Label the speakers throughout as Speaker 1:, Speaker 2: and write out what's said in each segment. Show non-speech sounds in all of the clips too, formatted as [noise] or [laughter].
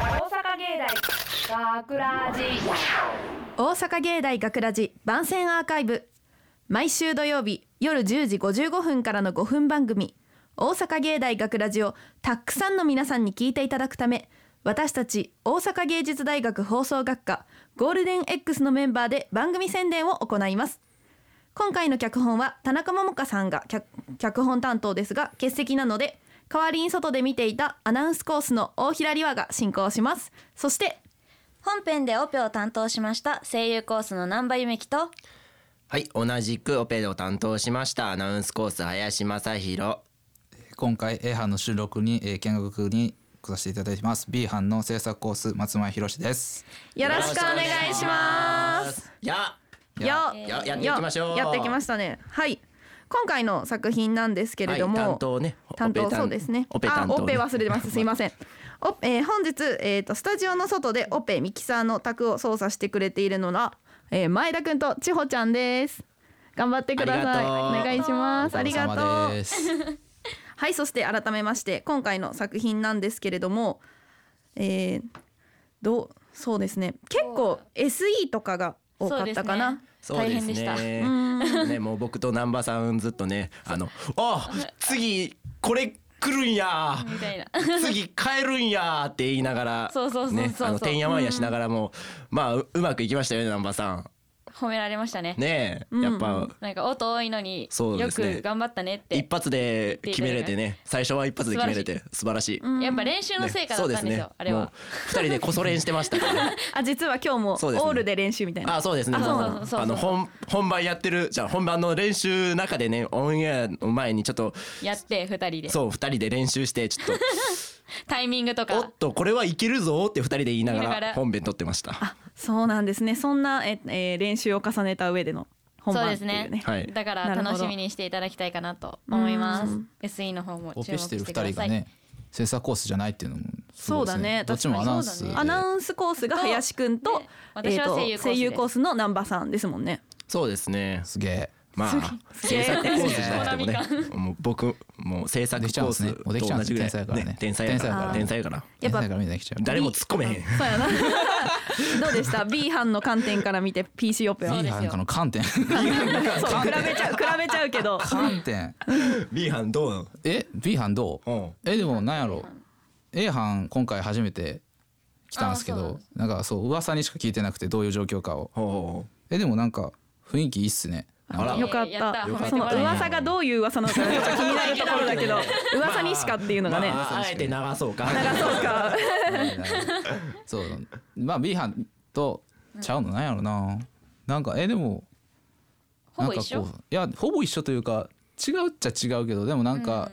Speaker 1: 芸大学ラジ
Speaker 2: 大阪芸大学ラジ番宣アーカイブ毎週土曜日夜10時55分からの5分番組「大阪芸大学ラジをたくさんの皆さんに聞いていただくため私たち大阪芸術大学放送学科ゴールデン X のメンバーで番組宣伝を行います今回の脚本は田中桃香さんが脚脚本担当ですが欠席なので代わりに外で見ていたアナウンスコースの大平里和が進行しますそして
Speaker 3: 本編でオペを担当しました声優コースの南波ゆ樹と
Speaker 4: はい、同じくオペを担当しましたアナウンスコース林正弘。
Speaker 5: 今回 A 班の収録に、えー、見学に来させていただきます B 班の制作コース松前博です
Speaker 2: よろしくお願いします。
Speaker 4: や、
Speaker 2: よ
Speaker 4: ややっていきましょう
Speaker 2: やっていきましたね。はい。今回の作品なんですけれども、
Speaker 4: はい担当ね
Speaker 2: 担当
Speaker 4: オペ担
Speaker 2: そうですね。
Speaker 4: オペ担当ね
Speaker 2: あ、オペ忘れてます。すいません。お、えー本日えっ、とスタジオの外でオペミキサーの卓を操作してくれているのは、えー前田くんと千穂ちゃんです。頑張ってください。
Speaker 4: ありがとう
Speaker 2: お願いします。ありが
Speaker 5: お
Speaker 2: と
Speaker 5: 疲れ様
Speaker 2: う
Speaker 5: で。す
Speaker 2: はい、そして改めまして今回の作品なんですけれども、えー、どうそうですね。結構 SE とかが多かったかな。
Speaker 4: そうですね。 [laughs]
Speaker 3: 大変
Speaker 4: ね、もう僕と南波さんずっとね、あの、あ、次これ来るんや。
Speaker 3: みたいな
Speaker 4: 次帰るんやって言いながら、
Speaker 3: そうそうそうそう
Speaker 4: ね、あのてんやわんやしながらも、まあううまくいきましたよね南波さん。
Speaker 3: 褒められましたね
Speaker 4: ねえ、やっぱ。
Speaker 3: なんか音多いのに
Speaker 4: そう
Speaker 3: よ
Speaker 4: ですね
Speaker 3: く頑張ったねって
Speaker 4: 一発で決めれてね最初は一発で決めれて素晴らしい
Speaker 3: やっぱ練習の成果だったんですよ、
Speaker 4: ね
Speaker 3: あれ
Speaker 4: もう
Speaker 3: は
Speaker 4: 二人でこそ練してましたから
Speaker 3: [laughs]
Speaker 4: ね
Speaker 2: あ実は今日もオ
Speaker 4: そうですね
Speaker 2: ールで練習みたいな、
Speaker 4: あそうですね
Speaker 3: あ
Speaker 4: も
Speaker 3: そうそうそうそう
Speaker 4: あの本本番やってるじゃあ本番の練習の中でねオンエアの前にちょっと
Speaker 3: やって二人で
Speaker 4: そう二人で練習してちょっ
Speaker 3: タイミングと
Speaker 4: とお
Speaker 3: か
Speaker 4: っとこれはいけるぞって二人で言いなが
Speaker 3: 言いながら
Speaker 4: ら本編撮ってました
Speaker 2: そうなんですねそんなえ、えー練習を重ねた上での本
Speaker 3: そう
Speaker 2: 番って
Speaker 3: です
Speaker 2: いうね
Speaker 3: ね
Speaker 4: はい
Speaker 3: だから
Speaker 2: なるほど
Speaker 3: 楽しみにしていただきたいかなと思います SE の方も
Speaker 5: オ
Speaker 3: [laughs] 注目
Speaker 5: ペ
Speaker 3: し
Speaker 5: しててる
Speaker 3: くだ
Speaker 5: 二人
Speaker 3: さ
Speaker 5: が
Speaker 3: い、
Speaker 5: ね制作コースじゃないっていうのもす
Speaker 2: そう
Speaker 5: ごいで
Speaker 2: だ
Speaker 5: すね
Speaker 2: ね
Speaker 5: どっちもアナウンスで、
Speaker 3: 確
Speaker 2: アナウンスコースが林くんと
Speaker 3: ね私は声優
Speaker 2: えー
Speaker 3: コースです
Speaker 2: と声優コースの南波さんですもんね
Speaker 4: そうですね
Speaker 5: すげえ
Speaker 4: まあ制作コースじゃなくてもね
Speaker 3: コナ
Speaker 4: もう僕もう制作コ
Speaker 5: できちゃう
Speaker 4: ー
Speaker 5: んですね
Speaker 4: ス
Speaker 5: もうできち
Speaker 4: と
Speaker 5: ゃうん
Speaker 4: 同
Speaker 5: で
Speaker 4: じ
Speaker 5: す
Speaker 4: ぐらい
Speaker 5: 天才
Speaker 4: 天才や
Speaker 5: だからね
Speaker 4: から天
Speaker 5: 天
Speaker 4: 才やから
Speaker 2: やっぱ
Speaker 5: だからみんな来ちゃう
Speaker 4: 誰も突っ込めへん
Speaker 2: そうや [laughs] などうでした B 班の観点から見て PC オペは
Speaker 3: そう
Speaker 5: いい
Speaker 3: ですよ
Speaker 5: なんかの観点
Speaker 2: そう比べちゃう比べちゃうけど
Speaker 5: 観点
Speaker 4: B 班どう
Speaker 5: え B 班どう、
Speaker 4: うん
Speaker 5: えでもなんやろ A 班今回初めて来たんですけ
Speaker 3: あそうなん
Speaker 5: ど
Speaker 3: で
Speaker 5: なんかそう噂にしか聞いてなくてどういう状況かを
Speaker 4: ほ
Speaker 5: えでもなんか雰囲気いいっすね
Speaker 4: あら
Speaker 2: よかっ
Speaker 3: やった
Speaker 2: た
Speaker 3: 褒めて
Speaker 2: そ
Speaker 3: も
Speaker 2: の
Speaker 3: らえた
Speaker 2: 噂がどういう噂なのかちょっと気になるところだけど [laughs] 噂にしかっていう
Speaker 4: う
Speaker 2: のがね、
Speaker 4: まああえて流そうか
Speaker 2: そうか
Speaker 5: そうまあ B 班とちゃうのなんやろななんかえでも
Speaker 3: ほ
Speaker 5: なん
Speaker 3: ぼ
Speaker 5: か
Speaker 3: 一緒
Speaker 5: こういやほぼ一緒というか違うっちゃ違うけどでもなんか、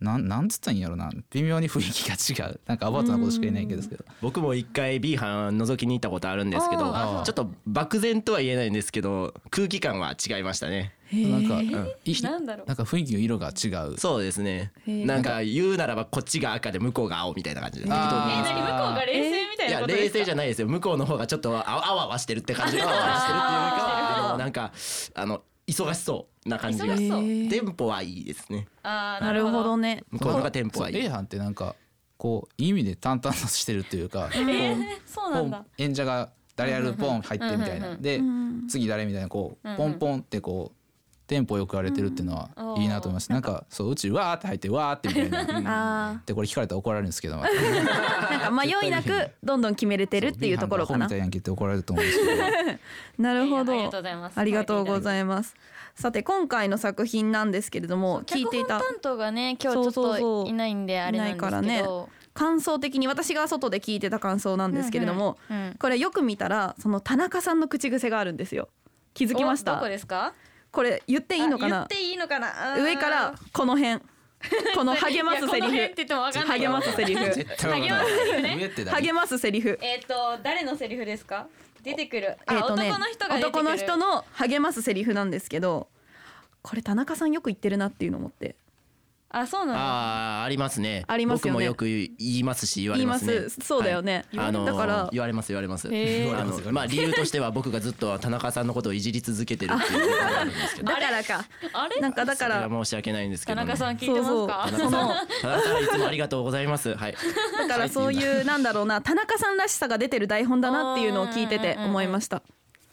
Speaker 5: なんなんつったらいいんやろな微妙に雰囲気が違うなんかアバウトなことしか言えないけどですけど
Speaker 4: 僕も一回 B 班覗きに行ったことあるんですけど
Speaker 5: あー
Speaker 4: ちょっと漠然とは言えないんですけど空気感は違いましたね
Speaker 5: なんか、い
Speaker 3: なんだろう
Speaker 5: なんか雰囲気の色が違う
Speaker 4: そうですねなんか言うならばこっちが赤で向こうが青みたいな感じで
Speaker 3: え
Speaker 5: あ
Speaker 3: 何向こうが冷静みたい
Speaker 4: い
Speaker 3: な
Speaker 4: や
Speaker 3: ことで
Speaker 4: 冷
Speaker 3: すか
Speaker 4: 静じゃないですよ向こうの方がちょっとああわあわしてるって感じあわあわしてるっていうかあのなんかあの忙しそうな感じが
Speaker 3: 忙しそう
Speaker 4: テンポはいいですね
Speaker 3: あー
Speaker 2: なるほどね
Speaker 4: 向こうの方がテンポ
Speaker 5: そう
Speaker 4: はいい
Speaker 5: A 班ってなんかこういい意味で淡々としてるというか、
Speaker 3: え
Speaker 5: こう
Speaker 3: ー、そうなんだ
Speaker 5: こう演者が誰やるポン入ってみたいなで次誰みたいなこうポンポンってこうテンポよくやれてるっていうの
Speaker 3: うん
Speaker 5: はいいなと思いますなんかそううちわーって入ってわーってみたいな
Speaker 2: あ
Speaker 5: でこれ聞かれたら怒られるんですけどまた
Speaker 2: ーなんか迷いなくどんどん決めれてるっていうところかな
Speaker 5: そう B 班がアホみたいやんけって怒られると思うんですけど
Speaker 2: なるほど
Speaker 3: いやいやありがとうございます
Speaker 2: ありがとうございますさて今回の作品なんですけれども聞いていた
Speaker 3: 脚本担当がね今日ちょ
Speaker 2: そ
Speaker 3: っ
Speaker 2: うそうそ
Speaker 3: と
Speaker 2: う
Speaker 3: いないんであれなんですけど
Speaker 2: いないからね感想的に私が外で聞いてた感想なんですけれども、
Speaker 3: うんうんうん
Speaker 2: これよく見たらその田中さんの口癖があるんですよ気づきまし
Speaker 3: おど
Speaker 2: た
Speaker 3: こですか
Speaker 2: これ言っていいのか
Speaker 3: あ言っ
Speaker 2: な
Speaker 3: ていいのかなあー
Speaker 2: 上からこの辺この励ますセ
Speaker 3: [laughs] いやこの
Speaker 2: リ
Speaker 3: 辺っ
Speaker 2: フ
Speaker 3: て言ってもわかんない
Speaker 2: 励ますセリフ
Speaker 5: [laughs] 絶対わかんない上って誰
Speaker 2: 励ますセリフ
Speaker 3: えっ、と誰のセリフですか出てくるあ、
Speaker 2: えーとね
Speaker 3: 男の人が出てく
Speaker 2: 男
Speaker 3: る
Speaker 2: の人の励ますセリフなんですけどこれ田中さんよく言ってるなっていうのを思って
Speaker 3: あそうなんだ
Speaker 4: ああありますね
Speaker 2: ありますよね
Speaker 4: 僕もよく言いますし言わ
Speaker 2: 言
Speaker 4: れ
Speaker 2: い
Speaker 4: ま
Speaker 2: ます
Speaker 4: ね
Speaker 2: すそうだよね、
Speaker 4: はいあの
Speaker 2: だから
Speaker 4: 言われます言われます、
Speaker 2: へー
Speaker 4: あのまあ理由としては僕がずっと田中さんのことをいじり続けてるっていうのがあるんですけど
Speaker 2: だからか
Speaker 6: あれ
Speaker 2: なんかだか
Speaker 4: それ
Speaker 2: ら
Speaker 4: は申し訳ないんですけ
Speaker 6: 田
Speaker 4: ども
Speaker 6: 中さん聞いて
Speaker 2: そ
Speaker 6: ま
Speaker 2: う
Speaker 6: す
Speaker 2: そう
Speaker 6: か
Speaker 4: 田中さん田中さんいつもありがとうございますはい
Speaker 2: だからそういうなんだろうな田中さんらしさが出てる台本だなっていうのを聞いてて思いました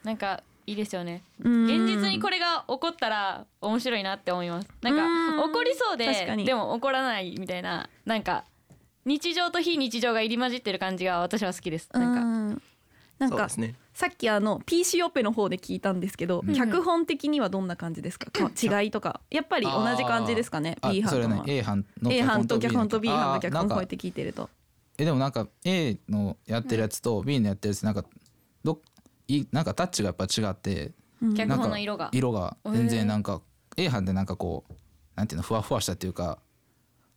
Speaker 6: なんかいいですよね
Speaker 2: うん
Speaker 6: 現実にこれが起こったら面白いなって思いますな
Speaker 2: うんん
Speaker 6: か起こりそう
Speaker 2: 確か
Speaker 6: で
Speaker 2: に
Speaker 6: でも起こらないみたいななんか日常と非日常が入り混じってる感じが私は好きですなんか
Speaker 2: うんなん
Speaker 4: そう
Speaker 2: か
Speaker 4: ですね
Speaker 2: さっきあの PC オペの方で聞いたんですけど、脚本的にはどんな感じですかか違いとかやっぱり同じ感じですかね
Speaker 5: あ
Speaker 2: B
Speaker 5: そ
Speaker 2: 班
Speaker 5: れ
Speaker 2: と
Speaker 5: ね
Speaker 2: は
Speaker 5: A 班の
Speaker 2: A 班と脚本と B 班の脚本
Speaker 5: あー
Speaker 2: こうや
Speaker 5: な
Speaker 2: っ
Speaker 5: んか
Speaker 2: て聞いてると
Speaker 5: えでもなんか A のやってるやつと B のやってるやつなんかどっいなんかタッチがやっぱ違って
Speaker 6: 脚
Speaker 5: なん
Speaker 6: 本
Speaker 5: か
Speaker 6: の色が
Speaker 5: 色が全然なんか A 班でなんかこうなんていうのふわふわしたっていうか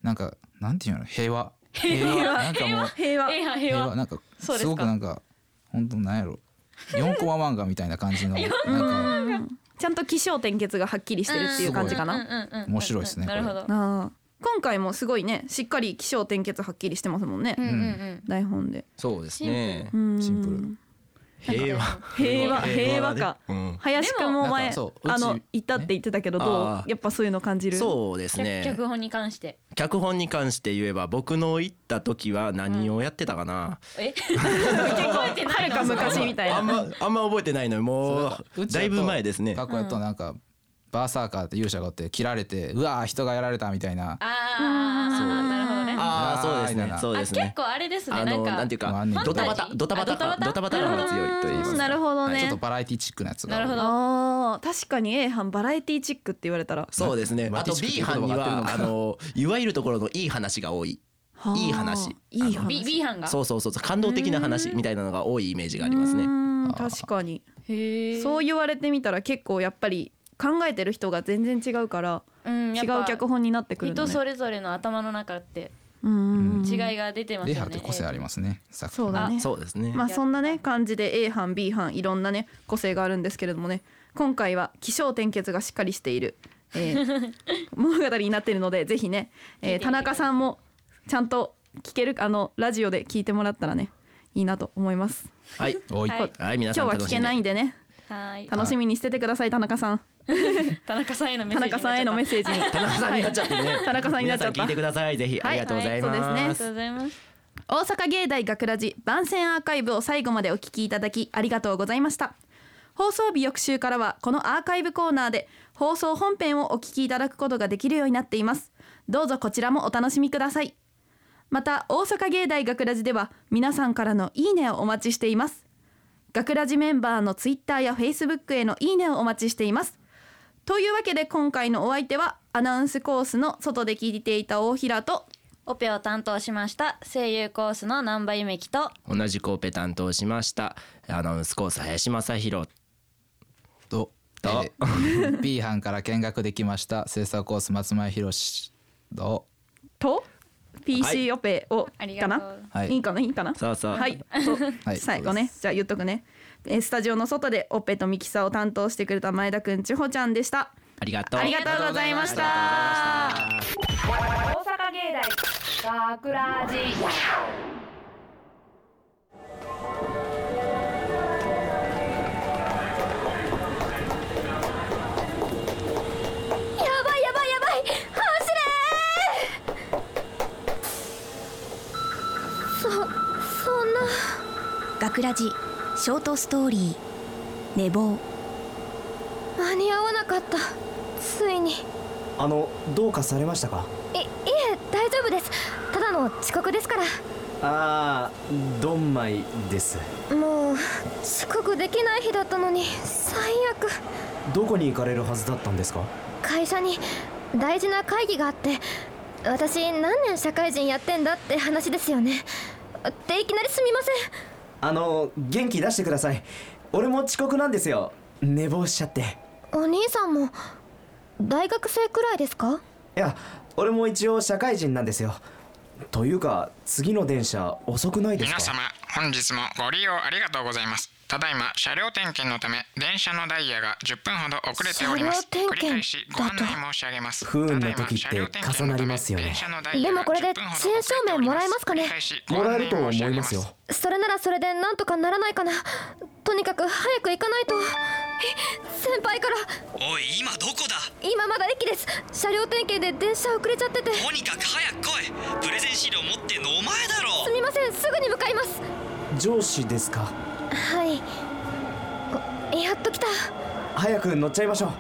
Speaker 5: なんかなんていうの平和平和なんかもう
Speaker 2: 平和
Speaker 6: A 班平
Speaker 5: 平
Speaker 6: 和
Speaker 5: 和なんか
Speaker 6: そうです
Speaker 5: す
Speaker 6: か
Speaker 5: ごくなんか本当なんやろ4コマ漫画みたいな感じのなんか
Speaker 2: ちゃんと起承転結がはっきりしてるっていう感じかな、
Speaker 6: な
Speaker 5: 面白いですね
Speaker 6: なるほど
Speaker 2: あー今回もすごいねしっかり起承転結はっきりしてますもんね、
Speaker 6: うんうんうん
Speaker 2: 台本で
Speaker 4: そうですね
Speaker 5: シンプル
Speaker 4: 平和
Speaker 2: 平和平和
Speaker 4: ね
Speaker 2: か
Speaker 4: うん
Speaker 2: 林くんも前
Speaker 5: でも
Speaker 2: あ
Speaker 5: なんかそうう
Speaker 2: の
Speaker 5: ち
Speaker 2: 行ったって言ってたけど
Speaker 4: ね
Speaker 2: ど
Speaker 4: あ
Speaker 2: う
Speaker 4: ー
Speaker 2: やっぱそういうの感じる
Speaker 4: そうです
Speaker 6: 脚
Speaker 4: ね
Speaker 6: 脚本に関して
Speaker 4: 脚本に関して言えば僕の行った時は何をやってたかな、
Speaker 6: え [laughs] 結構覚えてないの
Speaker 2: はるか昔みたいな
Speaker 4: あんまあんま覚えてないのよもうだいぶ前ですね
Speaker 5: 学校やとなんかバーサーカーって勇者がおって切られてうわー人がやられたみたいな
Speaker 6: あーそうなるほどね
Speaker 4: ああそうです
Speaker 5: あーいい
Speaker 4: ね
Speaker 5: な
Speaker 4: そう
Speaker 6: あ
Speaker 4: ですね
Speaker 6: 結構あれですね
Speaker 4: あ
Speaker 6: なん
Speaker 4: の
Speaker 6: か
Speaker 4: なんていう
Speaker 5: まあ
Speaker 4: か
Speaker 5: ね
Speaker 4: ドタバタ
Speaker 6: ファンタジー
Speaker 4: ドタバタか
Speaker 6: あドタ
Speaker 4: ドタ
Speaker 6: バ
Speaker 4: バ
Speaker 6: タ
Speaker 4: タの方が強いと言いますか
Speaker 2: なるほどね、
Speaker 5: ちょっとバラエティチックなやつが
Speaker 6: なるほど
Speaker 2: あー確かに A 班バラエティチックって言われたら
Speaker 4: そうですね
Speaker 5: まあ
Speaker 4: あと B 班にはあのいわゆるところのいい話が多い
Speaker 2: はあ
Speaker 4: いい話
Speaker 2: いい話
Speaker 6: B, B 班が
Speaker 4: そうそうそうそう感動的な話みたいなのが多いイメージがあります
Speaker 2: う
Speaker 4: ね
Speaker 2: ーん確かに
Speaker 6: へえ
Speaker 2: そう言われてみたら結構やっぱり考えてる人が全然違うから
Speaker 6: うん、
Speaker 2: 違う脚本になってくるの
Speaker 6: 人
Speaker 2: ね
Speaker 6: それぞれの頭の中って
Speaker 2: うーん
Speaker 6: 違いが出てます
Speaker 5: レ
Speaker 6: よ
Speaker 5: ハ
Speaker 6: ね、
Speaker 5: って個性ありますね作
Speaker 2: そうだね
Speaker 4: そうですね
Speaker 2: まあそんなね感じで A 班 B 班いろんなね個性があるんですけれどもね今回は起承転結がしっかりしている、えー物語になっているのでぜひね、えー田中さんもちゃんと聞けるあのラジオで聞いてもらったらねいいなと思います
Speaker 4: はい
Speaker 5: おい
Speaker 6: はい
Speaker 4: はい皆さ
Speaker 2: 今
Speaker 4: ん
Speaker 2: 日は
Speaker 4: 楽
Speaker 2: 聞
Speaker 4: し
Speaker 2: け
Speaker 4: んで
Speaker 2: ないんでね
Speaker 6: はーい
Speaker 2: 楽しみにしててください田中さん
Speaker 6: [laughs] 田中さんへのメッセージ
Speaker 2: 田中さんへのメッセージに
Speaker 4: 田中さんになっちゃってね
Speaker 2: 田中さんになっちゃった
Speaker 4: 皆さん聞いてくださいぜひありがとうございます、
Speaker 2: はいそう
Speaker 6: あり
Speaker 2: で
Speaker 6: がとうございます
Speaker 2: 大阪芸大学ラジ番宣アーカイブを最後までお聞きいただきありがとうございました放送日翌週からはこのアーカイブコーナーで放送本編をお聞きいただくことができるようになっていますどうぞこちらもお楽しみくださいまた大阪芸大学ラジでは皆さんからのいいねをお待ちしています学ラジメンバーのツイッターやフェイスブックへのいいねをお待ちしていますというわけで今回のお相手はアナウンスコースの外で聞いていた大平と
Speaker 3: オペを担当しました声優コースの南波夢樹と
Speaker 4: 同じコーペ担当しましたアナウンスコース林正弘
Speaker 5: と、えー B 班から見学できました制作コース松前宏と
Speaker 2: と PC オペを、
Speaker 6: あり
Speaker 2: か
Speaker 6: がとう
Speaker 2: な、
Speaker 5: はい
Speaker 2: いいかないいかな
Speaker 4: そうそう
Speaker 2: はい、と
Speaker 5: はい
Speaker 2: [laughs] 最後ねじゃあ言っとくねえースタジオの外でオペとミキサーを担当してくれた前田くん千穂ちゃんでした
Speaker 4: ありがとう
Speaker 2: ありがとうございました
Speaker 1: 大阪芸大学ラジ
Speaker 7: やばいやばいやばい走れそそんな
Speaker 8: 学ラジショートストーリー「寝坊
Speaker 7: 間に合わなかったついにいい
Speaker 9: あのどうかされましたか
Speaker 7: いえ大丈夫ですただの遅刻ですから
Speaker 9: ああドンマイです
Speaker 7: もう遅刻できない日だったのに最悪
Speaker 9: どこに行かれるはずだったんですか
Speaker 7: 会社に大事な会議があって私何年社会人やってんだって話ですよねっていきなりすみません
Speaker 9: あの元気出してください俺も遅刻なんですよ寝坊しちゃって
Speaker 7: お兄さんも大学生くらいですか
Speaker 9: いや俺も一応社会人なんですよというか次の電車遅くないです
Speaker 10: 皆
Speaker 9: か
Speaker 10: 様本日もご利用ありがとうございますただいま車両点検のため電車のダイヤが10分ほど遅れております
Speaker 7: 車両点
Speaker 10: 繰り
Speaker 7: 検
Speaker 10: 返しご案内申し上げます
Speaker 9: 不運の時って重なりますよね
Speaker 7: でもこれで遅延証明もらえますかね
Speaker 9: もらえると思いますよ
Speaker 7: それならそれでなんとかならないかなとにかく早く行かないとえ先輩から
Speaker 11: おい今どこだ
Speaker 7: 今まだ駅です車両点検で電車遅れちゃってて
Speaker 11: とにかく早く来いプレゼン資料持ってんのお前だろ
Speaker 7: すみませんすぐに向かいます
Speaker 9: 上司ですか
Speaker 7: はいやっと来た
Speaker 9: 早く乗っちゃいましょ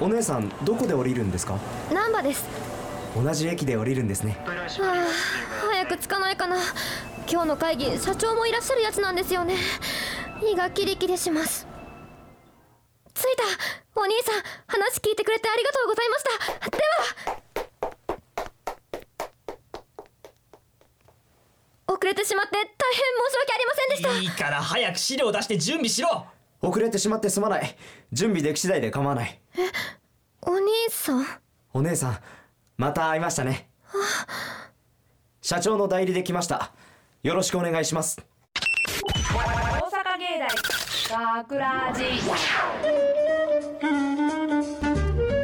Speaker 9: うお姉さんどこで降りるんですか
Speaker 7: 難波です
Speaker 9: 同じ駅で降りるんですね
Speaker 7: はあ早く着かないかな今日の会議社長もいらっしゃるやつなんですよね胃がキリキリします着いたお兄さん話聞いてくれてありがとうございましたでは遅れてしまって大変申し訳ありませんでした
Speaker 11: いいから早く資料出して準備しろ
Speaker 9: 遅れてしまってすまない準備でき次第で構わない
Speaker 7: お兄さん
Speaker 9: お姉さんまた会いましたね社長の代理で来ましたよろしくお願いします
Speaker 1: 大阪芸大学ラジ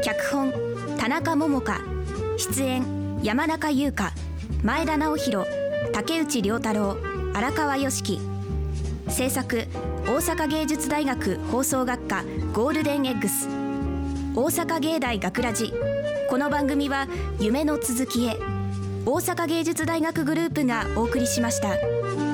Speaker 8: 脚本田中桃香出演山中優香前田直弘竹内涼太郎荒川良樹制作大阪芸術大学放送学科ゴールデンエッグス大阪芸大学ラジこの番組は夢の続きへ大阪芸術大学グループがお送りしました。